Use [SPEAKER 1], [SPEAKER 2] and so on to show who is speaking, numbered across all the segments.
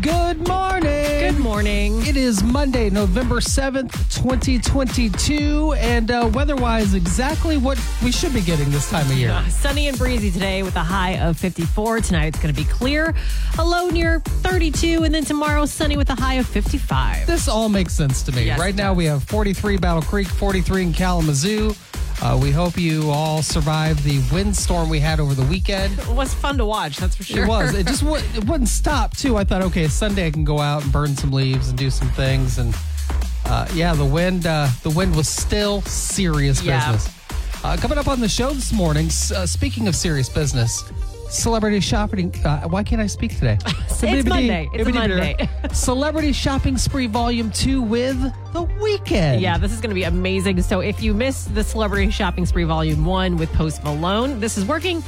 [SPEAKER 1] Good morning. Good morning. It is Monday, November 7th, 2022, and uh, weather wise, exactly what we should be getting this time of year.
[SPEAKER 2] Sunny and breezy today with a high of 54. Tonight it's going to be clear, a low near 32, and then tomorrow sunny with a high of 55.
[SPEAKER 1] This all makes sense to me.
[SPEAKER 2] Yes,
[SPEAKER 1] right
[SPEAKER 2] it
[SPEAKER 1] now, we have 43 Battle Creek, 43 in Kalamazoo. Uh, we hope you all survived the windstorm we had over the weekend.
[SPEAKER 2] It was fun to watch, that's for sure.
[SPEAKER 1] It was. It just w- it wouldn't stop too. I thought, okay, Sunday I can go out and burn some leaves and do some things. And uh, yeah, the wind uh, the wind was still serious
[SPEAKER 2] Yeah.
[SPEAKER 1] business. Uh, coming up on the show this morning. s- Uh, speaking of serious business, celebrity shopping. Uh, why can't I speak today?
[SPEAKER 2] It's Monday. It's a Monday.
[SPEAKER 1] celebrity shopping spree volume two with the weekend.
[SPEAKER 2] Yeah, this is going to be amazing. So if you missed the Celebrity Shopping Spree Volume 1 with Post Malone, this is working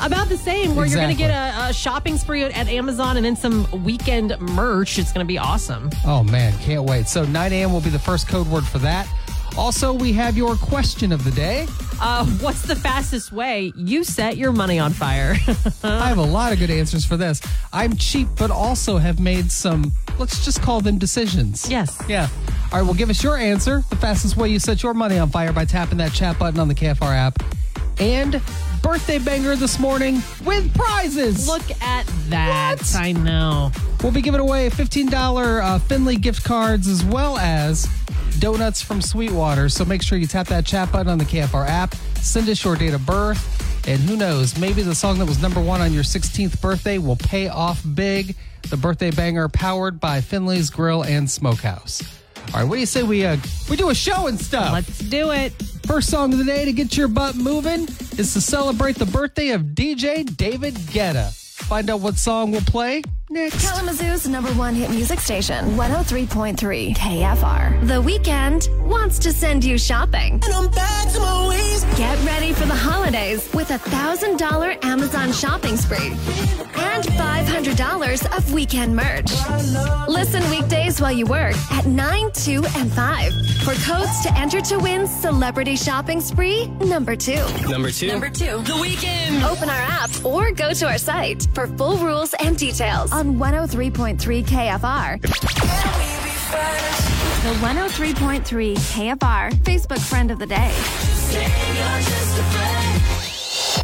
[SPEAKER 2] about the same where you're going to
[SPEAKER 1] Exactly.
[SPEAKER 2] get a, a shopping spree at Amazon and then some weekend merch. It's going to be awesome.
[SPEAKER 1] Oh man, can't wait. So 9 a.m. will be the first code word for that. Also, we have your question of the day.
[SPEAKER 2] Uh, what's the fastest way you set your money on fire?
[SPEAKER 1] I have a lot of good answers for this. I'm cheap, but also have made some, let's just call them decisions.
[SPEAKER 2] Yes.
[SPEAKER 1] Yeah. All right, well, give us your answer. The fastest way you set your money on fire by tapping that chat button on the KFR app. And birthday banger this morning with prizes.
[SPEAKER 2] Look at that.
[SPEAKER 1] What?
[SPEAKER 2] I know.
[SPEAKER 1] We'll be giving away $15 uh, Finley gift cards as well as donuts from Sweetwater. So make sure you tap that chat button on the KFR app. Send us your date of birth. And who knows, maybe the song that was number one on your 16th birthday will pay off big. The birthday banger powered by Finley's Grill and Smokehouse. All right, what do you say we uh, we do a show and stuff?
[SPEAKER 2] Let's do it.
[SPEAKER 1] First song of the day to get your butt moving is to celebrate the birthday of DJ David Guetta. Find out what song we'll play next.
[SPEAKER 3] Kalamazoo's number one hit music station, 103.3 KFR. The weekend wants to send you shopping.
[SPEAKER 4] and I'm back to my ways.
[SPEAKER 3] Get ready for the holidays with a $1,000 Amazon shopping spree and $500 of weekend merch. Listen weekdays while you work at 9, 2, and 5 for codes to enter to win Celebrity Shopping Spree number 2.
[SPEAKER 5] Number two.
[SPEAKER 3] Open our app or go to our site for full rules and details on 103.3 KFR. The 103.3 KFR Facebook friend of the day.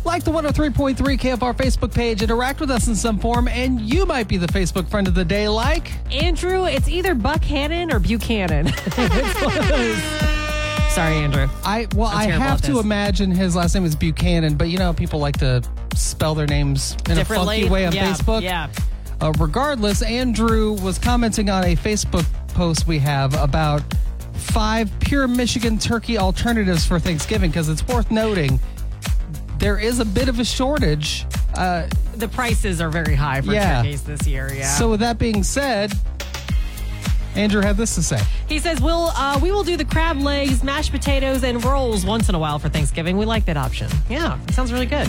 [SPEAKER 1] Like the 103.3 KFR Facebook page, interact with us in some form, and you might be the Facebook friend of the day. Like,
[SPEAKER 2] Andrew, it's either Buckhannon or Buchanan. It's one of those. Sorry, Andrew.
[SPEAKER 1] I well, I
[SPEAKER 2] terrible
[SPEAKER 1] have
[SPEAKER 2] at
[SPEAKER 1] to
[SPEAKER 2] this.
[SPEAKER 1] imagine his last name is Buchanan, but you know, people like to spell their names in
[SPEAKER 2] Differently.
[SPEAKER 1] a funky way on
[SPEAKER 2] Yeah,
[SPEAKER 1] Facebook.
[SPEAKER 2] yeah.
[SPEAKER 1] Uh, regardless, Andrew was commenting on a Facebook post we have about five pure Michigan turkey alternatives for Thanksgiving because it's worth noting there is a bit of a shortage. Uh,
[SPEAKER 2] The prices are very high for
[SPEAKER 1] Yeah.
[SPEAKER 2] turkeys this year. Yeah.
[SPEAKER 1] So with that being said, Andrew had this to say.
[SPEAKER 2] he says we'll uh, we will do the crab legs, mashed potatoes, and rolls once in a while for Thanksgiving. We like that option. Yeah, it sounds really good.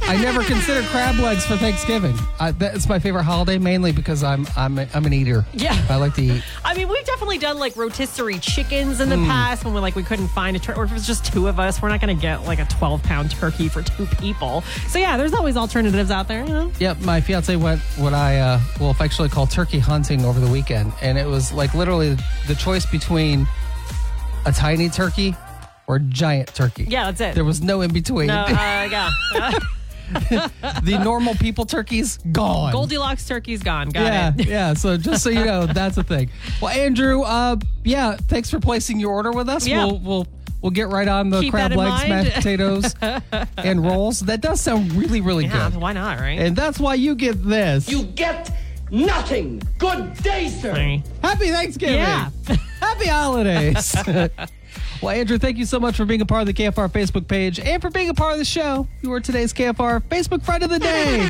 [SPEAKER 1] I never consider crab legs for Thanksgiving. I, that's my favorite holiday, mainly because I'm I'm a, I'm an eater.
[SPEAKER 2] Yeah.
[SPEAKER 1] I like to eat.
[SPEAKER 2] I mean, we've definitely done like rotisserie chickens in the past when we like we couldn't find a turkey, or if it was just two of us, we're not going to get like a twelve pound turkey for two people. So yeah, there's always alternatives out there. You know?
[SPEAKER 1] Yep, my fiance went what I uh, will affectionately call turkey hunting over the weekend, and it was like literally the choice between a tiny turkey or a giant turkey.
[SPEAKER 2] Yeah, that's it.
[SPEAKER 1] There was no in between.
[SPEAKER 2] No, uh, yeah.
[SPEAKER 1] the normal people turkeys gone.
[SPEAKER 2] Goldilocks turkey's gone. Got
[SPEAKER 1] yeah,
[SPEAKER 2] it.
[SPEAKER 1] yeah. So just so you know, that's a thing. Well, Andrew, uh, yeah, thanks for placing your order with us.
[SPEAKER 2] Yeah.
[SPEAKER 1] We'll we'll we'll get right on the
[SPEAKER 2] Keep
[SPEAKER 1] crab
[SPEAKER 2] that in
[SPEAKER 1] legs,
[SPEAKER 2] mind.
[SPEAKER 1] mashed potatoes, and rolls. That does sound really, really
[SPEAKER 2] Yeah,
[SPEAKER 1] good.
[SPEAKER 2] why not, right?
[SPEAKER 1] And that's why you get this.
[SPEAKER 4] You get nothing. Good day, sir.
[SPEAKER 1] Happy Thanksgiving.
[SPEAKER 2] Yeah.
[SPEAKER 1] Happy holidays. well, Andrew, thank you so much for being a part of the KFR Facebook page and for being a part of the show. You are today's KFR Facebook friend of the day.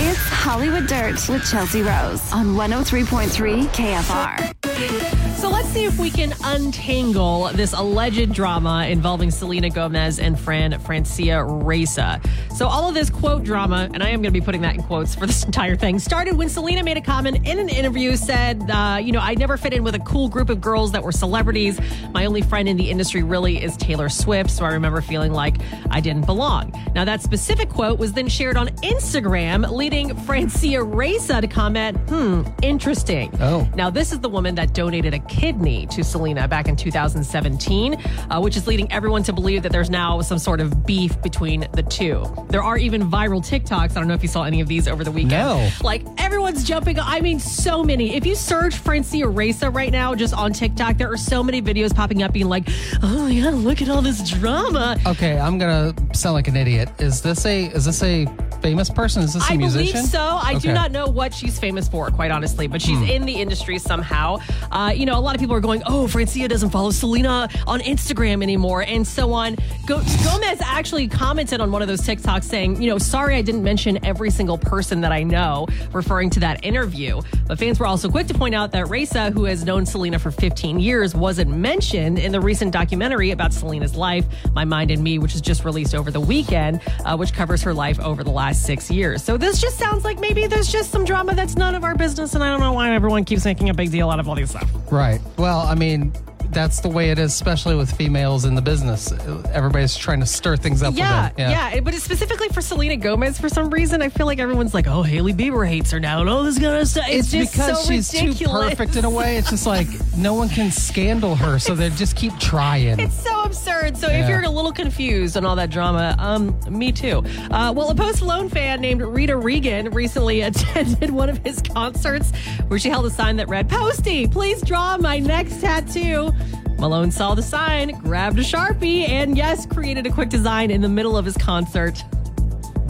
[SPEAKER 3] It's
[SPEAKER 5] oh
[SPEAKER 3] Hollywood Dirt with Chelsea Rose on 103.3 KFR.
[SPEAKER 2] So let's see see if we can untangle this alleged drama involving Selena Gomez and Fran Francia Reza. So, all of this quote drama, and I am going to be putting that in quotes for this entire thing, started when Selena made a comment in an interview, said, uh, You know, I never fit in with a cool group of girls that were celebrities. My only friend in the industry really is Taylor Swift, so I remember feeling like I didn't belong. Now, that specific quote was then shared on Instagram, leading Francia Reza to comment, Hmm, interesting.
[SPEAKER 1] Oh.
[SPEAKER 2] Now, this is the woman that donated a kidney to Selena back in 2017, uh, which is leading everyone to believe that there's now some sort of beef between the two. There are even viral TikToks. I don't know if you saw any of these over the weekend.
[SPEAKER 1] No.
[SPEAKER 2] Like, everyone's jumping. I mean, so many. If you search Francia Reza right now, just on TikTok, there are so many videos popping up being like, oh, yeah, look at all this drama.
[SPEAKER 1] Okay, I'm gonna sound like an idiot. Is this a is this a famous person? Is this a
[SPEAKER 2] I
[SPEAKER 1] musician?
[SPEAKER 2] believe so. I do
[SPEAKER 1] Okay. Hmm.
[SPEAKER 2] not know what she's famous for, quite honestly, but she's in the industry somehow. Uh, you know, a lot of people are going, "Oh, Francia doesn't follow Selena on Instagram anymore," and so on. Go- Gomez actually commented on one of those TikToks saying, "You know, sorry I didn't mention every single person that I know," referring to that interview. But fans were also quick to point out that Reza, who has known Selena for 15 years, wasn't mentioned in the recent documentary about Selena's life, My Mind and Me, which is just released over the weekend, uh, which covers her life over the last six years. So this just sounds like maybe there's just some drama that's none of our business, and I don't know why everyone keeps making a big deal out of all these stuff.
[SPEAKER 1] Right. Well, I mean, that's the way it is, especially with females in the business. Everybody's trying to stir things up.
[SPEAKER 2] Yeah,
[SPEAKER 1] with them.
[SPEAKER 2] yeah, But it's specifically for Selena Gomez for some reason. I feel like everyone's like, oh, Haley Bieber hates her now, and all this kind of stuff. It's,
[SPEAKER 1] It's,
[SPEAKER 2] just
[SPEAKER 1] because
[SPEAKER 2] so
[SPEAKER 1] she's
[SPEAKER 2] ridiculous.
[SPEAKER 1] too perfect in a way. It's just like no one can scandal her, so they just keep trying.
[SPEAKER 2] It's so absurd. So if
[SPEAKER 1] Yeah.
[SPEAKER 2] you're a little confused on all that drama, um, me too. Uh, well, a Post Malone fan named Rita Regan recently attended one of his concerts where she held a sign that read, "Posty, please draw my next tattoo." Malone saw the sign, grabbed a sharpie, and yes, created a quick design in the middle of his concert.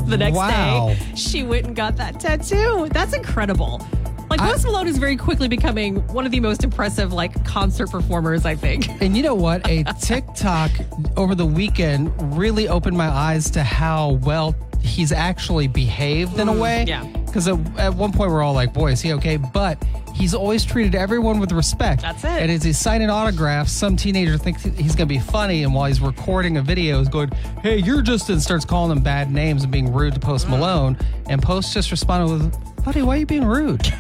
[SPEAKER 2] The next
[SPEAKER 1] Wow.
[SPEAKER 2] day, she went and got that tattoo. That's incredible. Like Post Malone is very quickly becoming one of the most impressive like concert performers, I think.
[SPEAKER 1] And you know what? A TikTok over the weekend really opened my eyes to how well he's actually behaved in a way.
[SPEAKER 2] Mm, yeah.
[SPEAKER 1] Because at, at one point we're all like, boy, is he okay? But he's always treated everyone with respect.
[SPEAKER 2] That's it.
[SPEAKER 1] And as he's signing autographs, some teenager thinks he's going to be funny. And while he's recording a video, is going, hey, you're just, and starts calling him bad names and being rude to Post
[SPEAKER 2] Mm.
[SPEAKER 1] Malone. And Post just responded with, buddy, why are you being rude?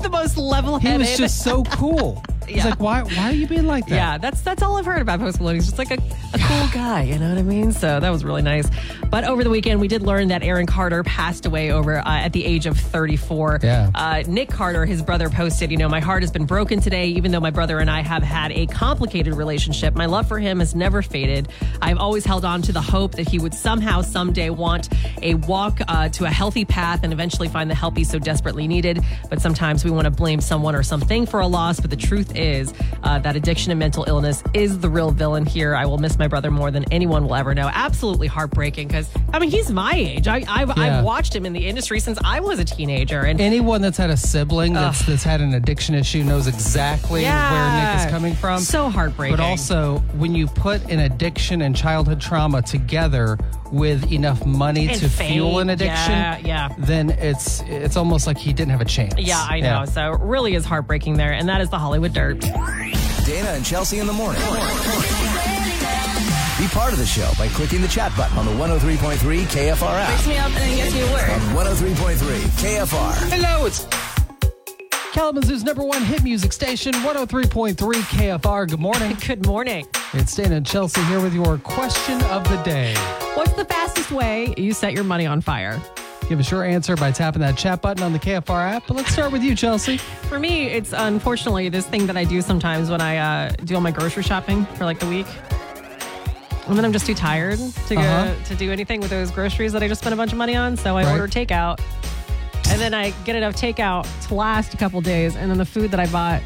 [SPEAKER 2] the most
[SPEAKER 1] He
[SPEAKER 2] level-headed.
[SPEAKER 1] was just so cool. He's like, why, why are you being like that?
[SPEAKER 2] yeah, that's that's all I've heard about Post Malone. He's just like a, a cool guy, you know what I mean? So that was really nice. But over the weekend, we did learn that Aaron Carter passed away over uh, at the age of 34.
[SPEAKER 1] Yeah.
[SPEAKER 2] Uh, Nick Carter, his brother, posted, you know, my heart has been broken today. Even though my brother and I have had a complicated relationship, my love for him has never faded. I've always held on to the hope that he would somehow someday want a walk uh, to a healthy path and eventually find the help he so desperately needed. But sometimes we want to blame someone or something for a loss. But the truth is uh, that addiction and mental illness is the real villain here. I will miss my brother more than anyone will ever know. Absolutely heartbreaking because, I mean, he's my age. I, I've,
[SPEAKER 1] Yeah.
[SPEAKER 2] I've watched him in the industry since I was a teenager. And
[SPEAKER 1] anyone that's had a sibling that's, that's had an addiction issue knows exactly where Nick
[SPEAKER 2] Yeah.
[SPEAKER 1] is coming from.
[SPEAKER 2] So heartbreaking.
[SPEAKER 1] But also, when you put an addiction and childhood trauma together with enough money
[SPEAKER 2] And
[SPEAKER 1] to fuel
[SPEAKER 2] fame,
[SPEAKER 1] an addiction,
[SPEAKER 2] yeah, yeah.
[SPEAKER 1] then it's it's almost like he didn't have a chance.
[SPEAKER 2] Yeah, I know. So it really is heartbreaking there. And that is the Hollywood Dirt.
[SPEAKER 6] Dana and Chelsea in the morning. Be part of the show by clicking the chat button on the 103.3 KFR app. oh
[SPEAKER 5] me up and then gets me to work.
[SPEAKER 6] On 103.3 KFR.
[SPEAKER 1] Hello, it's Kalamazoo's number one hit music station, 103.3 KFR. Good morning.
[SPEAKER 2] Good morning.
[SPEAKER 1] It's Dana and Chelsea here with your question of the day.
[SPEAKER 2] What's the fastest way you set your money on fire?
[SPEAKER 1] Give us your answer by tapping that chat button on the KFR app. But let's start with you, Chelsea.
[SPEAKER 2] For me, it's unfortunately this thing that I do sometimes when I uh, do all my grocery shopping for like the week. And then I'm just too tired to go,
[SPEAKER 1] Uh-huh.
[SPEAKER 2] to do anything with those groceries that I just spent a bunch of money on. So I
[SPEAKER 1] Right.
[SPEAKER 2] order takeout. And then I get enough takeout to last a couple days. And then the food that I bought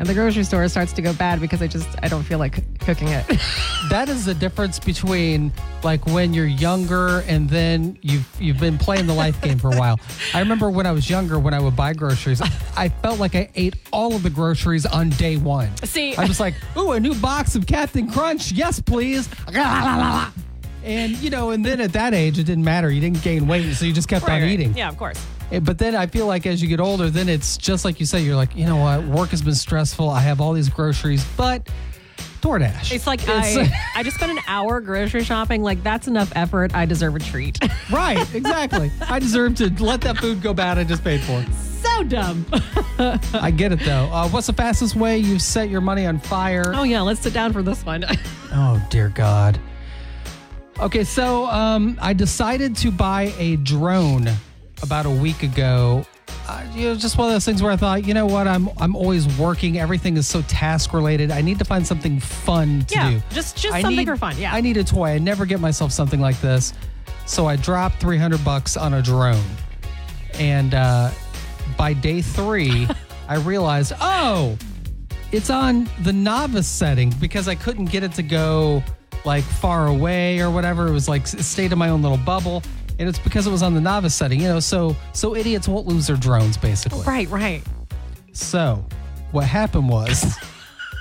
[SPEAKER 2] at the grocery store starts to go bad because I just, I don't feel like cooking it.
[SPEAKER 1] that is the difference between like when you're younger and then you've you've been playing the life game for a while. I remember when I was younger when I would buy groceries, I felt like I ate all of the groceries on day one.
[SPEAKER 2] See-
[SPEAKER 1] I was like, "Ooh, a new box of Captain Crunch, yes please." And you know, and then at that age, it didn't matter. You didn't gain weight, so you just kept
[SPEAKER 2] Right,
[SPEAKER 1] on
[SPEAKER 2] right.
[SPEAKER 1] eating.
[SPEAKER 2] Yeah, of course.
[SPEAKER 1] Eh, But then I feel like as you get older, then it's just like you say, you're like, you know what, work has been stressful. I have all these groceries, but DoorDash.
[SPEAKER 2] It's like I, I just spent an hour grocery shopping. Like that's enough effort. I deserve a treat.
[SPEAKER 1] right, exactly. I deserve to let that food go bad I just paid for.
[SPEAKER 2] so dumb.
[SPEAKER 1] I get it though. Uh, what's the fastest way you've set your money on fire?
[SPEAKER 2] Oh yeah, let's sit down for this one.
[SPEAKER 1] Oh, dear God. Okay, so um, I decided to buy a drone about a week ago. Uh, you know, just one of those things where I thought, you know what, I'm I'm always working. Everything is so task related. I need to find something fun to
[SPEAKER 2] Yeah,
[SPEAKER 1] do.
[SPEAKER 2] just- just
[SPEAKER 1] I
[SPEAKER 2] something
[SPEAKER 1] need-
[SPEAKER 2] for fun, yeah.
[SPEAKER 1] I need a toy. I never get myself something like this, so I dropped three hundred bucks on a drone, and uh, by day three, I realized, oh, it's on the novice setting because I couldn't get it to go like far away or whatever. It was like it stayed in my own little bubble, and it's because it was on the novice setting, you know. So so idiots won't lose their drones, basically.
[SPEAKER 2] right, right.
[SPEAKER 1] So what happened was,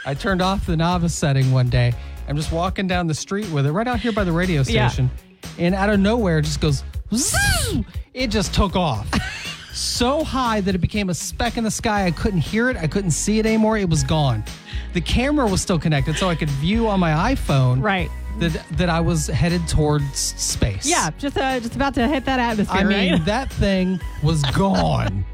[SPEAKER 1] I turned off the novice setting one day. I'm just walking down the street with it, right out here by the radio
[SPEAKER 2] Yeah.
[SPEAKER 1] station, and out of nowhere, it just goes. Zoo! It just took off. so high that it became a speck in the sky. I couldn't hear it. I couldn't see it anymore. It was gone. The camera was still connected, so I could view on my iPhone
[SPEAKER 2] Right.
[SPEAKER 1] that that I was headed towards space.
[SPEAKER 2] Yeah, just uh, just about to hit that atmosphere.
[SPEAKER 1] I mean,
[SPEAKER 2] right?
[SPEAKER 1] that thing was gone.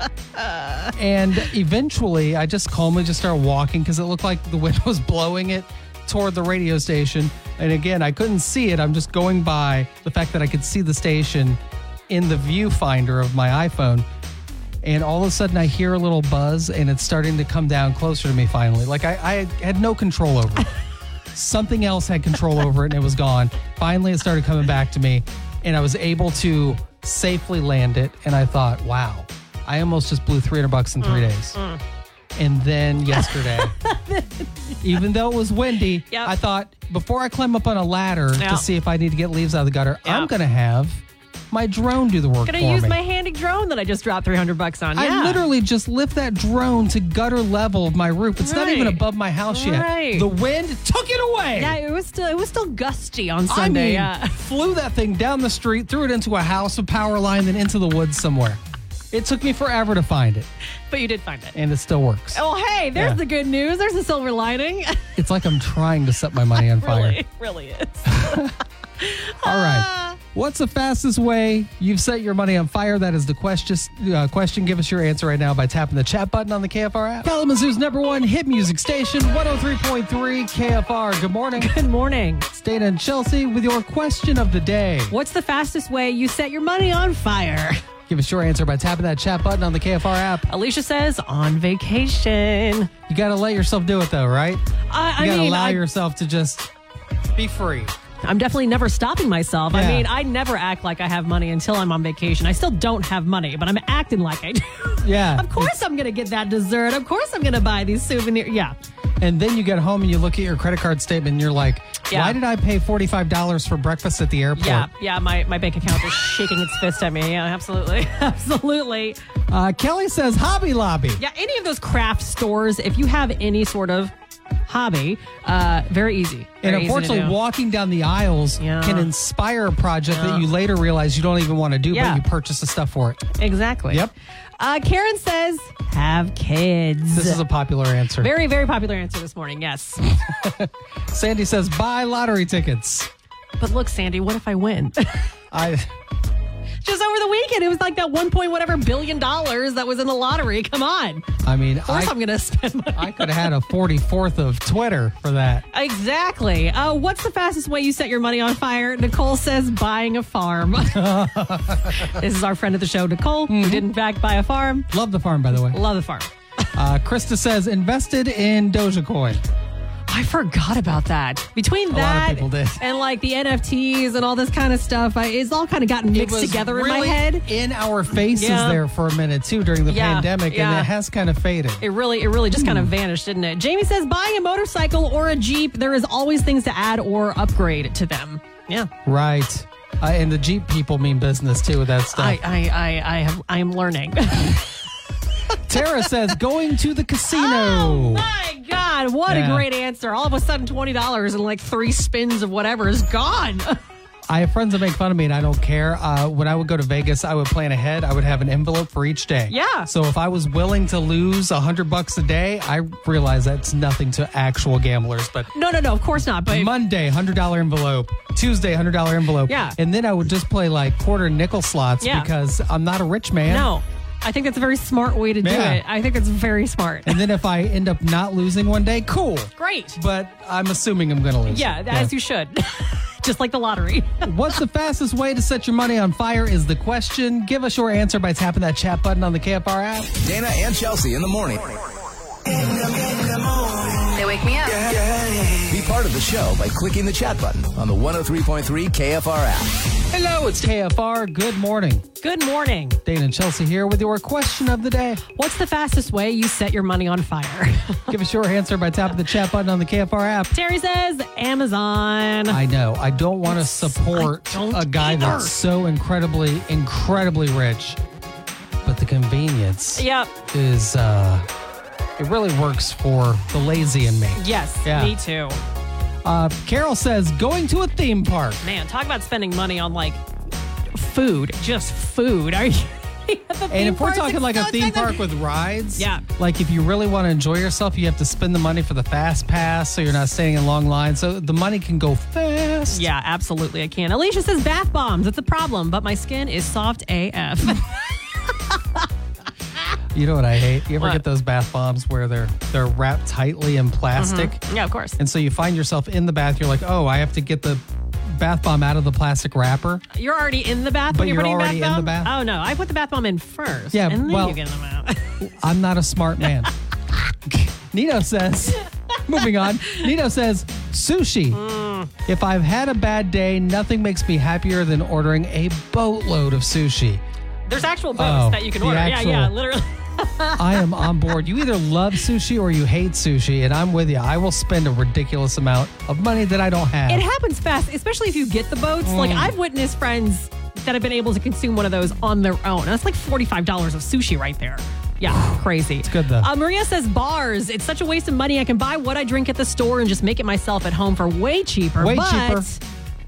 [SPEAKER 1] and eventually, I just calmly just started walking because it looked like the wind was blowing it toward the radio station. And again, I couldn't see it. I'm just going by the fact that I could see the station in the viewfinder of my iPhone. And all of a sudden, I hear a little buzz and it's starting to come down closer to me finally. Like, I, I had no control over it. Something else had control over it and it was gone. Finally, it started coming back to me and I was able to safely land it. And I thought, wow, I almost just blew 300 bucks in
[SPEAKER 2] Mm,
[SPEAKER 1] three days. And then yesterday, even though it was windy,
[SPEAKER 2] Yep.
[SPEAKER 1] I thought before I climb up on a ladder
[SPEAKER 2] Yeah.
[SPEAKER 1] to see if I need to get leaves out of the gutter, I'm
[SPEAKER 2] Yep.
[SPEAKER 1] going to have my drone do the work
[SPEAKER 2] Gonna
[SPEAKER 1] for
[SPEAKER 2] use
[SPEAKER 1] me.
[SPEAKER 2] my handy drone that I just dropped 300 bucks on. Yeah.
[SPEAKER 1] I literally just lift that drone to gutter level of my roof. It's not
[SPEAKER 2] Right.
[SPEAKER 1] even above my house yet.
[SPEAKER 2] Right.
[SPEAKER 1] The wind took it away.
[SPEAKER 2] Yeah, it was still it was still gusty on
[SPEAKER 1] I
[SPEAKER 2] Sunday.
[SPEAKER 1] mean,
[SPEAKER 2] yeah.
[SPEAKER 1] flew that thing down the street, threw it into a house, a power line, then into the woods somewhere. It took me forever to find it,
[SPEAKER 2] But you did find it.
[SPEAKER 1] and it still works.
[SPEAKER 2] Oh, hey, there's
[SPEAKER 1] Yeah.
[SPEAKER 2] the good news. There's the silver lining.
[SPEAKER 1] It's like I'm trying to set my money on fire.
[SPEAKER 2] really, really is.
[SPEAKER 1] All right.
[SPEAKER 2] Ah.
[SPEAKER 1] What's the fastest way you've set your money on fire? That is the question. Uh, question. Give us your answer right now by tapping the chat button on the KFR app. Kalamazoo's number one hit music station, 103.3 KFR. Good morning.
[SPEAKER 2] Good morning.
[SPEAKER 1] It's Dana and Chelsea with your question of the day.
[SPEAKER 2] What's the fastest way you set your money on fire?
[SPEAKER 1] Give us your answer by tapping that chat button on the KFR app.
[SPEAKER 2] Alicia says on vacation.
[SPEAKER 1] You got to let yourself do it, though, right? You
[SPEAKER 2] I, I
[SPEAKER 1] got to
[SPEAKER 2] mean,
[SPEAKER 1] allow
[SPEAKER 2] I,
[SPEAKER 1] yourself to just be free.
[SPEAKER 2] I'm definitely never stopping myself. I
[SPEAKER 1] Yeah.
[SPEAKER 2] mean, I never act like I have money until I'm on vacation. I still don't have money, but I'm acting like I do.
[SPEAKER 1] Yeah.
[SPEAKER 2] Of course, I'm going to get that dessert. Of course, I'm going to buy these souvenirs. Yeah.
[SPEAKER 1] And then you get home and you look at your credit card statement and you're like,
[SPEAKER 2] Yeah.
[SPEAKER 1] why did I pay $45 for breakfast at the airport?
[SPEAKER 2] Yeah. Yeah. My, my bank account is shaking its fist at me. Yeah, absolutely. Absolutely.
[SPEAKER 1] Uh, Kelly says Hobby Lobby.
[SPEAKER 2] Yeah. Any of those craft stores, if you have any sort of hobby, uh, very easy.
[SPEAKER 1] And
[SPEAKER 2] Very easy to
[SPEAKER 1] unfortunately,
[SPEAKER 2] do.
[SPEAKER 1] walking down the aisles
[SPEAKER 2] Yeah.
[SPEAKER 1] can inspire a project that you later realize you don't even want to do,
[SPEAKER 2] Yeah.
[SPEAKER 1] but you purchase the stuff for it.
[SPEAKER 2] Exactly.
[SPEAKER 1] Yep.
[SPEAKER 2] Uh, Karen says, have kids.
[SPEAKER 1] This is a popular answer.
[SPEAKER 2] very, very popular answer this morning. Yes.
[SPEAKER 1] Sandy says buy lottery tickets.
[SPEAKER 2] But look, Sandy, what if I win?
[SPEAKER 1] I
[SPEAKER 2] Just over the weekend, it was like that one point whatever billion dollars that was in the lottery. Come on. Of
[SPEAKER 1] I mean
[SPEAKER 2] course I,
[SPEAKER 1] I,
[SPEAKER 2] am going to spend money.
[SPEAKER 1] I could have had a 44th of Twitter for that.
[SPEAKER 2] exactly. Uh, what's the fastest way you set your money on fire? Nicole says buying a farm. this is our friend of the show, Nicole, who did in fact buy a farm.
[SPEAKER 1] Love the farm by the way.
[SPEAKER 2] Love the farm.
[SPEAKER 1] Uh, Krista says invested in Dogecoin.
[SPEAKER 2] I forgot about that. Between
[SPEAKER 1] lot of
[SPEAKER 2] that
[SPEAKER 1] people did.
[SPEAKER 2] and like the NFTs and all this kind of stuff, I, it's all kind of gotten
[SPEAKER 1] It
[SPEAKER 2] mixed
[SPEAKER 1] was
[SPEAKER 2] together in my
[SPEAKER 1] really
[SPEAKER 2] head.
[SPEAKER 1] In our faces
[SPEAKER 2] Yeah.
[SPEAKER 1] there for a minute too during the
[SPEAKER 2] Yeah,
[SPEAKER 1] pandemic and
[SPEAKER 2] yeah.
[SPEAKER 1] it has kind of faded.
[SPEAKER 2] It really, it really just kind of
[SPEAKER 1] Hmm.
[SPEAKER 2] vanished, didn't it? Jamie says buying a motorcycle or a Jeep, there is always things to add or upgrade to them. Yeah.
[SPEAKER 1] Right. Uh, and the Jeep people mean business too with that stuff.
[SPEAKER 2] I, I, I, I am, I am learning.
[SPEAKER 1] Tara says going to the casino.
[SPEAKER 2] Oh my God. What
[SPEAKER 1] Yeah.
[SPEAKER 2] a great answer. All of a sudden, $20 and like three spins of whatever is gone.
[SPEAKER 1] I have friends that make fun of me and I don't care. Uh, when I would go to Vegas, I would plan ahead. I would have an envelope for each day.
[SPEAKER 2] Yeah.
[SPEAKER 1] So if I was willing to lose a hundred bucks a day, I realize that's nothing to actual gamblers. But
[SPEAKER 2] No, no, no. Of course not. But
[SPEAKER 1] Monday, hundred dollar envelope. Tuesday, hundred dollar envelope.
[SPEAKER 2] Yeah.
[SPEAKER 1] And then I would just play like quarter nickel slots
[SPEAKER 2] Yeah.
[SPEAKER 1] because I'm not a rich man.
[SPEAKER 2] no, I think that's a very smart way to do
[SPEAKER 1] Yeah.
[SPEAKER 2] it. I think it's very smart.
[SPEAKER 1] And then if I end up not losing one day, cool.
[SPEAKER 2] Great.
[SPEAKER 1] But I'm assuming I'm going to lose.
[SPEAKER 2] Yeah, as you should. Just like the lottery.
[SPEAKER 1] What's the fastest way to set your money on fire is the question. Give us your answer by tapping that chat button on the KFR app.
[SPEAKER 6] Dana and Chelsea in the morning.
[SPEAKER 5] They wake me up.
[SPEAKER 6] Be part of the show by clicking the chat button on the 103.3 KFR app.
[SPEAKER 1] Hello, it's KFR. Good morning.
[SPEAKER 2] Good morning.
[SPEAKER 1] Dana and Chelsea here with your question of the day.
[SPEAKER 2] What's the fastest way you set your money on fire?
[SPEAKER 1] Give us your answer by tapping the chat button on the KFR app.
[SPEAKER 2] Terry says Amazon.
[SPEAKER 1] I know. I don't want to support
[SPEAKER 2] I don't
[SPEAKER 1] a guy
[SPEAKER 2] either.
[SPEAKER 1] that's so incredibly, incredibly rich, but the convenience
[SPEAKER 2] yep.
[SPEAKER 1] is, uh, it really works for the lazy in me.
[SPEAKER 2] Yes.
[SPEAKER 1] Yeah.
[SPEAKER 2] Me too.
[SPEAKER 1] Uh, Carol says going to a theme park.
[SPEAKER 2] Man, talk about spending money on like food, just food. Are you?
[SPEAKER 1] And if we're talking like a theme park with rides,
[SPEAKER 2] Yeah.
[SPEAKER 1] Like if you really want to enjoy yourself, you have to spend the money for the fast pass, so you're not standing in long lines. So the money can go fast.
[SPEAKER 2] Yeah, absolutely. I can. Alicia says bath bombs. It's a problem, but my skin is soft AF.
[SPEAKER 1] You know what I hate? You ever
[SPEAKER 2] What?
[SPEAKER 1] get those bath bombs where they're they're wrapped tightly in plastic,
[SPEAKER 2] yeah, of course.
[SPEAKER 1] and so you find yourself in the bath. You're like, oh, I have to get the bath bomb out of the plastic wrapper.
[SPEAKER 2] You're already in the bath
[SPEAKER 1] But
[SPEAKER 2] when you're,
[SPEAKER 1] you're
[SPEAKER 2] putting
[SPEAKER 1] already
[SPEAKER 2] bath
[SPEAKER 1] in the
[SPEAKER 2] bomb?
[SPEAKER 1] bath.
[SPEAKER 2] Oh no, I put the bath bomb in first.
[SPEAKER 1] Yeah,
[SPEAKER 2] and then
[SPEAKER 1] well-
[SPEAKER 2] you get them out.
[SPEAKER 1] I'm not a smart man. Nino says, moving on, Nino says, sushi. If I've had a bad day, nothing makes me happier than ordering a boatload of sushi.
[SPEAKER 2] There's actual boats
[SPEAKER 1] Oh,
[SPEAKER 2] that you can
[SPEAKER 1] the
[SPEAKER 2] order.
[SPEAKER 1] actual-
[SPEAKER 2] Yeah, yeah, literally.
[SPEAKER 1] I am on board. You either love sushi or you hate sushi, and I'm with you. I will spend a ridiculous amount of money that I don't have.
[SPEAKER 2] It happens fast, especially if you get the boats. Like
[SPEAKER 1] Mm.
[SPEAKER 2] I've witnessed friends that have been able to consume one of those on their own. That's like $45 of sushi right there. Yeah, crazy. It's
[SPEAKER 1] good, though.
[SPEAKER 2] Uh, Maria says bars. It's such a waste of money. I can buy what I drink at the store and just make it myself at home for way cheaper.
[SPEAKER 1] Way
[SPEAKER 2] but
[SPEAKER 1] cheaper.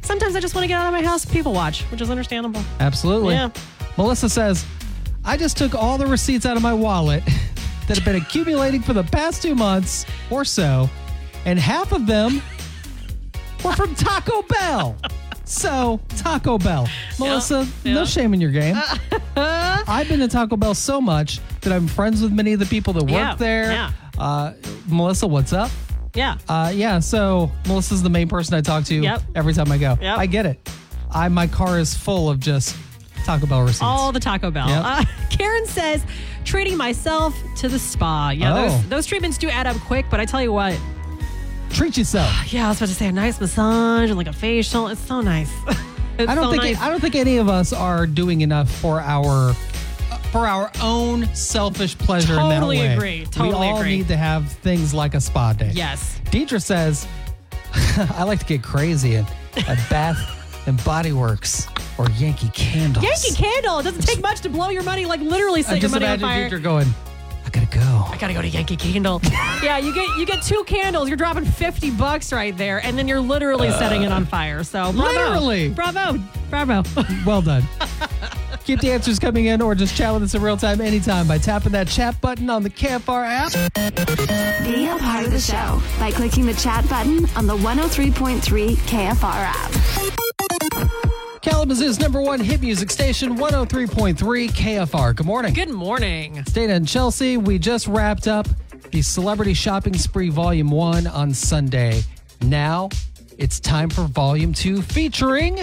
[SPEAKER 2] Sometimes I just want to get out of my house, people watch, which is understandable.
[SPEAKER 1] Absolutely.
[SPEAKER 2] Yeah.
[SPEAKER 1] Melissa says, I just took all the receipts out of my wallet that have been accumulating for the past two months or so, and half of them were from Taco Bell. So, Taco Bell. Melissa, no
[SPEAKER 2] yeah.
[SPEAKER 1] shame in your game. I've been to Taco Bell so much that I'm friends with many of the people that work
[SPEAKER 2] Yeah,
[SPEAKER 1] there.
[SPEAKER 2] yeah.
[SPEAKER 1] Uh, Melissa, what's up?
[SPEAKER 2] Yeah.
[SPEAKER 1] Uh, yeah, so Melissa's the main person I talk to
[SPEAKER 2] Yep.
[SPEAKER 1] every time I go.
[SPEAKER 2] Yep.
[SPEAKER 1] I get it. I my car is full of just Taco Bell receipts.
[SPEAKER 2] All the Taco Bell.
[SPEAKER 1] Yep.
[SPEAKER 2] Uh, Karen says, treating myself to the spa. Yeah,
[SPEAKER 1] Oh.
[SPEAKER 2] those, those treatments do add up quick, but I tell you what,
[SPEAKER 1] Treat yourself.
[SPEAKER 2] Yeah, I was about to say a nice massage and like a facial. It's so nice. It's
[SPEAKER 1] I don't
[SPEAKER 2] so
[SPEAKER 1] think
[SPEAKER 2] nice.
[SPEAKER 1] I don't think any of us are doing enough for our uh, for our own selfish pleasure in that
[SPEAKER 2] Totally
[SPEAKER 1] way.
[SPEAKER 2] agree.
[SPEAKER 1] we
[SPEAKER 2] Totally
[SPEAKER 1] all
[SPEAKER 2] agree.
[SPEAKER 1] need to have things like a spa day.
[SPEAKER 2] Yes.
[SPEAKER 1] Deidre says, I like to get crazy at, at Bath and Body Works or Yankee Candles.
[SPEAKER 2] Yankee Candle. It doesn't take much to blow your money. Like literally set
[SPEAKER 1] I
[SPEAKER 2] your
[SPEAKER 1] just
[SPEAKER 2] money on
[SPEAKER 1] imagine
[SPEAKER 2] fire.
[SPEAKER 1] Deidre going, I gotta go.
[SPEAKER 2] I gotta go to Yankee Candle. yeah, you get you get two candles. You're dropping fifty bucks right there, and then you're literally setting it on fire. So bravo.
[SPEAKER 1] Literally.
[SPEAKER 2] bravo, bravo.
[SPEAKER 1] Well done. Keep the answers coming in or just chat with us in real time anytime by tapping that chat button on the KFR app.
[SPEAKER 5] Be a part of the show by clicking the chat button on the 103.3 KFR app.
[SPEAKER 1] Kalamazoo's number one hit music station, 103.3 KFR. Good morning.
[SPEAKER 2] Good morning.
[SPEAKER 1] It's Dana and Chelsea. We just wrapped up the Celebrity Shopping Spree Volume 1 on Sunday. Now it's time for Volume 2 featuring.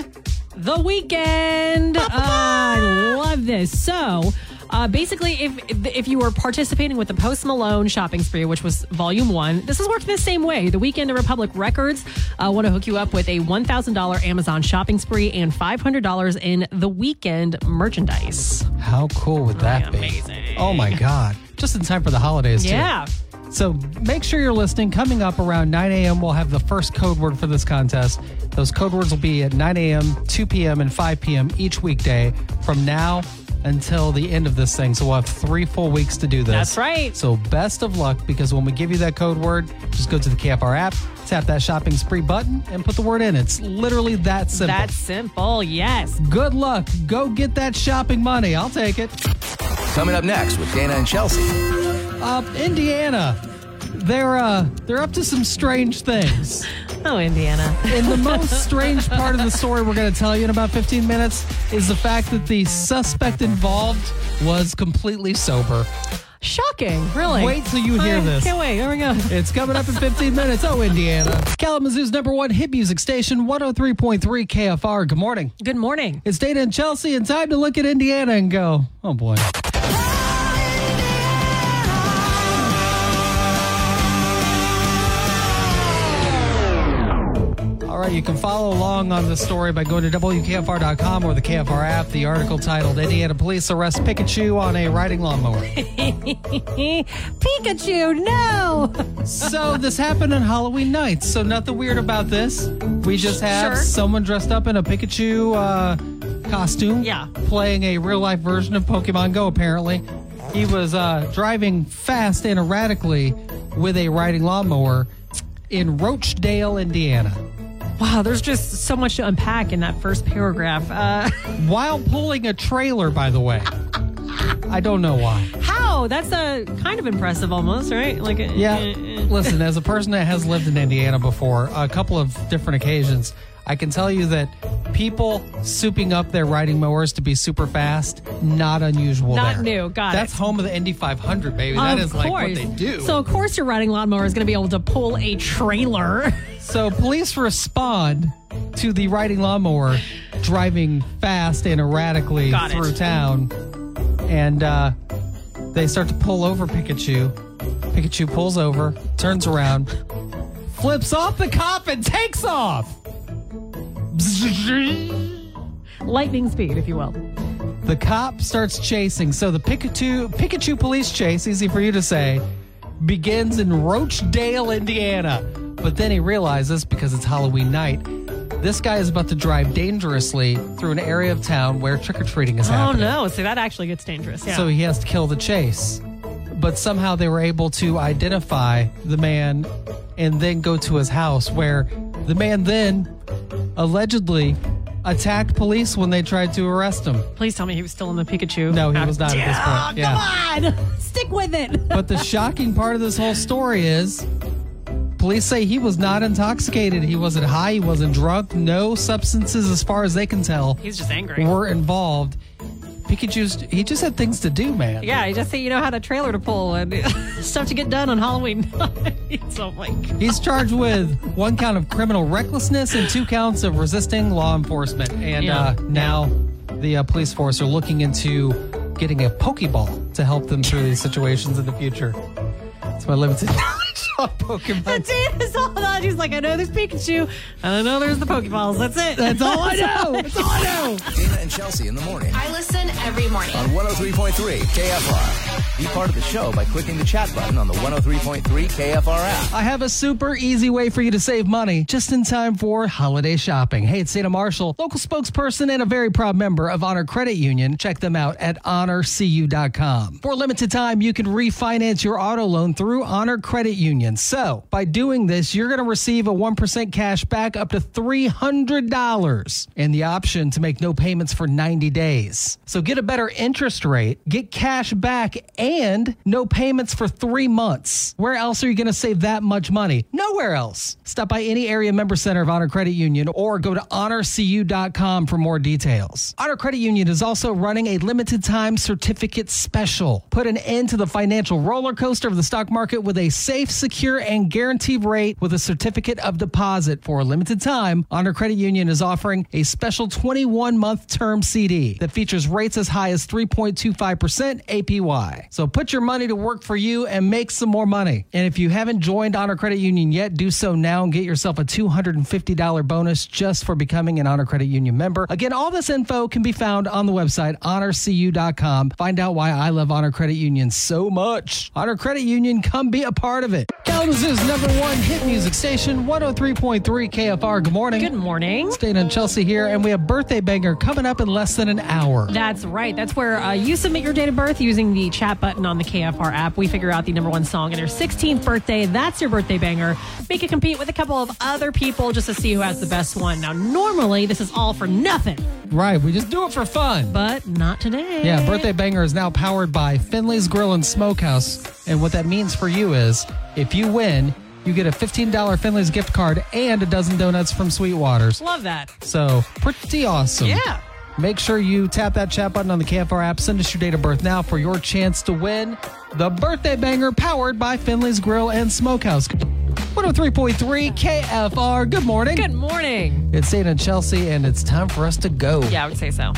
[SPEAKER 2] the weekend. Uh, I love this. So, uh, basically, if if you were participating with the Post Malone shopping spree, which was Volume One, this is working the same way. The Weekend and Republic Records uh, want to hook you up with a one thousand dollar Amazon shopping spree and five hundred dollars in the weekend merchandise.
[SPEAKER 1] How cool would that be?
[SPEAKER 2] Amazing.
[SPEAKER 1] Oh my God. Just in time for the holidays, too.
[SPEAKER 2] Yeah.
[SPEAKER 1] So make sure you're listening. Coming up around 9 a.m., we'll have the first code word for this contest. Those code words will be at 9 a.m., 2 p.m., and 5 p.m. each weekday from now until the end of this thing. So we'll have three full weeks to do this.
[SPEAKER 2] That's right.
[SPEAKER 1] So best of luck because when we give you that code word, just go to the KFR app, Tap that shopping spree button and put the word in. It's literally that simple.
[SPEAKER 2] That's simple. Yes.
[SPEAKER 1] Good luck. Go get that shopping money. I'll take it.
[SPEAKER 6] Coming up next with Dana and Chelsea.
[SPEAKER 1] Uh, Indiana. They're uh, they're up to some strange things.
[SPEAKER 2] Oh, Indiana.
[SPEAKER 1] And the most strange part of the story we're going to tell you in about 15 minutes is the fact that the suspect involved was completely sober.
[SPEAKER 2] Shocking. Really.
[SPEAKER 1] Wait till you hear
[SPEAKER 2] I
[SPEAKER 1] this.
[SPEAKER 2] Can't wait. Here we go.
[SPEAKER 1] It's coming up in 15 minutes. Oh, Indiana. Kalamazoo's number one hit music station, 103.3 KFR. Good morning.
[SPEAKER 2] Good morning.
[SPEAKER 1] It's Dana and Chelsea, and time to look at Indiana and go, oh boy. All right, you can follow along on the story by going to WKFR.com or the KFR app. The article titled Indiana Police Arrest Pikachu on a Riding Lawnmower.
[SPEAKER 2] Pikachu. No.
[SPEAKER 1] So this happened on Halloween night. So nothing weird about this. We just have
[SPEAKER 2] Sure.
[SPEAKER 1] someone dressed up in a Pikachu uh, costume.
[SPEAKER 2] Yeah.
[SPEAKER 1] Playing a real life version of Pokemon Go. Apparently, he was uh, driving fast and erratically with a riding lawnmower in Roachdale, Indiana.
[SPEAKER 2] Wow. There's just so much to unpack in that first paragraph. Uh,
[SPEAKER 1] While pulling a trailer, by the way. I don't know why.
[SPEAKER 2] how? That's uh, kind of impressive, almost, right? Like. uh,
[SPEAKER 1] Yeah.
[SPEAKER 2] uh, uh.
[SPEAKER 1] Listen, as a person that has lived in Indiana before, a couple of different occasions, I can tell you that people souping up their riding mowers to be super fast, not unusual.
[SPEAKER 2] Not
[SPEAKER 1] there.
[SPEAKER 2] new. Got it.
[SPEAKER 1] That's home of the Indy 500, baby. that
[SPEAKER 2] Of
[SPEAKER 1] is like what
[SPEAKER 2] course.
[SPEAKER 1] they do.
[SPEAKER 2] So of course your riding lawnmower is going to be able to pull a trailer.
[SPEAKER 1] So police respond to the riding lawnmower driving fast and erratically
[SPEAKER 2] Got it.
[SPEAKER 1] through town, and uh, they start to pull over Pikachu. Pikachu pulls over, turns around, flips off the cop, and takes off.
[SPEAKER 2] Lightning speed, if you will.
[SPEAKER 1] The cop starts chasing. So the Pikachu Pikachu police chase, easy for you to say, begins in Roachdale, Indiana. But then he realizes because it's Halloween night, this guy is about to drive dangerously through an area of town where trick or treating is
[SPEAKER 2] Oh
[SPEAKER 1] happening.
[SPEAKER 2] no! See that actually gets dangerous. Yeah.
[SPEAKER 1] So he has to kill the chase. But somehow they were able to identify the man and then go to his house where the man then allegedly attacked police when they tried to arrest him.
[SPEAKER 2] Please tell me he was still in the Pikachu.
[SPEAKER 1] No, he was not at this
[SPEAKER 2] Ah,
[SPEAKER 1] point. Yeah.
[SPEAKER 2] Come on, stick with it.
[SPEAKER 1] But the shocking part of this whole story is police say he was not intoxicated. He wasn't high. He wasn't drunk. No substances, as far as they can tell,
[SPEAKER 2] He's just angry.
[SPEAKER 1] were involved. Pikachu's, he just had things to do, man.
[SPEAKER 2] yeah, he just say you know how to trailer to pull and stuff to get done on Halloween. It's oh my god.
[SPEAKER 1] He's charged with one count of criminal recklessness and two counts of resisting law enforcement. And
[SPEAKER 2] Yeah.
[SPEAKER 1] uh, now the uh, police force are looking into getting a Pokeball to help them through these situations in the future. That's my limited knowledge on Pokemon.
[SPEAKER 2] Dana saw that. He's like, I know there's Pikachu. and I know there's the Pokeballs. That's it.
[SPEAKER 1] That's all I know. That's all I know.
[SPEAKER 6] Dana and Chelsea in the morning
[SPEAKER 7] I listen every morning.
[SPEAKER 6] on 103.3 KFR. Be part of the show by clicking the chat button on the 103.3 KFR app.
[SPEAKER 1] I have a super easy way for you to save money just in time for holiday shopping. Hey, it's Dana Marshall, local spokesperson and a very proud member of Honor Credit Union. Check them out at honorcu.com. For a limited time, you can refinance your auto loan through Honor Credit Union. So, by doing this, you're going to receive a 1% cash back up to $300 and the option to make no payments for 90 days. So, get a better interest rate, get cash back, and no payments for three months. Where else are you going to save that much money? Nowhere else. Stop by any area member center of Honor Credit Union or go to honorcu.com for more details. Honor Credit Union is also running a limited time certificate special. Put an end to the financial roller coaster of the stock market with a safe, secure, and guaranteed rate with a certificate of deposit for a limited time. Honor Credit Union is offering a special 21 month term CD that features rates as high as 3.25% APY. So put your money to work for you and make some more money. And if you haven't joined Honor Credit Union yet, do so now and get yourself a $250 bonus just for becoming an Honor Credit Union member. Again, all this info can be found on the website honorcu.com. Find out why I love Honor Credit Union so much. Honor Credit Union, come be a part of it. Kalamazoo's number one hit music station, 103.3 KFR. Good morning.
[SPEAKER 2] Good morning.
[SPEAKER 1] Dana and Chelsea here, and we have Birthday Banger coming up in less than an hour.
[SPEAKER 2] That's right. That's where uh, you submit your date of birth using the chat button on the KFR app. We figure out the number one song in your 16th birthday. That's your birthday banger. Make it compete with a couple of other people just to see who has the best one. Now, normally, this is all for nothing,
[SPEAKER 1] Right, we just do it for fun.
[SPEAKER 2] but not today.
[SPEAKER 1] Yeah, Birthday Banger is now powered by Finley's Grill and Smokehouse. And what that means for you is if you win, you get a $15 Finley's gift card and a dozen donuts from Sweetwater's.
[SPEAKER 2] Love that.
[SPEAKER 1] So pretty awesome.
[SPEAKER 2] Yeah.
[SPEAKER 1] Make sure you tap that chat button on the KFR app. Send us your date of birth now for your chance to win the birthday banger powered by Finley's Grill and Smokehouse. 103.3 KFR. Good morning.
[SPEAKER 2] Good morning.
[SPEAKER 1] It's Dana and Chelsea, and it's time for us to go.
[SPEAKER 2] Yeah, I would say so.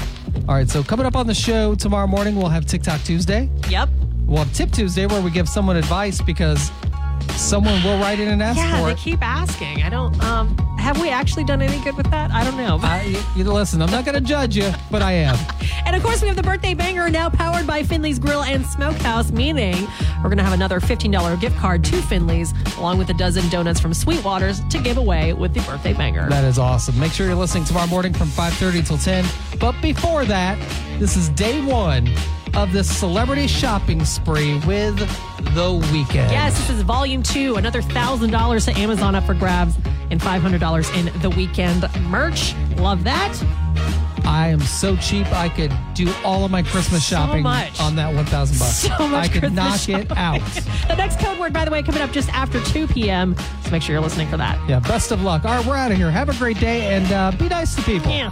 [SPEAKER 1] All right, so coming up on the show tomorrow morning, we'll have TikTok Tuesday.
[SPEAKER 2] Yep.
[SPEAKER 1] We'll have Tip Tuesday where we give someone advice because someone will write in and ask
[SPEAKER 2] Yeah,
[SPEAKER 1] for
[SPEAKER 2] they
[SPEAKER 1] it.
[SPEAKER 2] keep asking. I don't. Um, have we actually done any good with that? I don't know.
[SPEAKER 1] I, you- you listen, I'm not going to judge you, but I am.
[SPEAKER 2] And of course, we have the birthday banger now powered by Finley's Grill and Smokehouse, meaning we're going to have another $15 gift card to Finley's, along with a dozen donuts from Sweetwater's to give away with the birthday banger.
[SPEAKER 1] That is awesome. Make sure you're listening tomorrow morning from 5:30 till 10. But before that, this is day 1 of this celebrity shopping spree with The Weekend.
[SPEAKER 2] Yes, this is volume two, another $1,000 to Amazon up for grabs and $500 in the weekend merch. Love that.
[SPEAKER 1] I am so cheap. I could do all of my Christmas
[SPEAKER 2] So
[SPEAKER 1] shopping
[SPEAKER 2] much.
[SPEAKER 1] on that 1000 bucks.
[SPEAKER 2] So much
[SPEAKER 1] I could knock
[SPEAKER 2] Christmas
[SPEAKER 1] it
[SPEAKER 2] shopping.
[SPEAKER 1] out.
[SPEAKER 2] The next code word, by the way, coming up just after 2 p.m. So make sure you're listening for that.
[SPEAKER 1] Yeah, best of luck. All right, we're out of here. Have a great day and uh, be nice to people.
[SPEAKER 2] Yeah.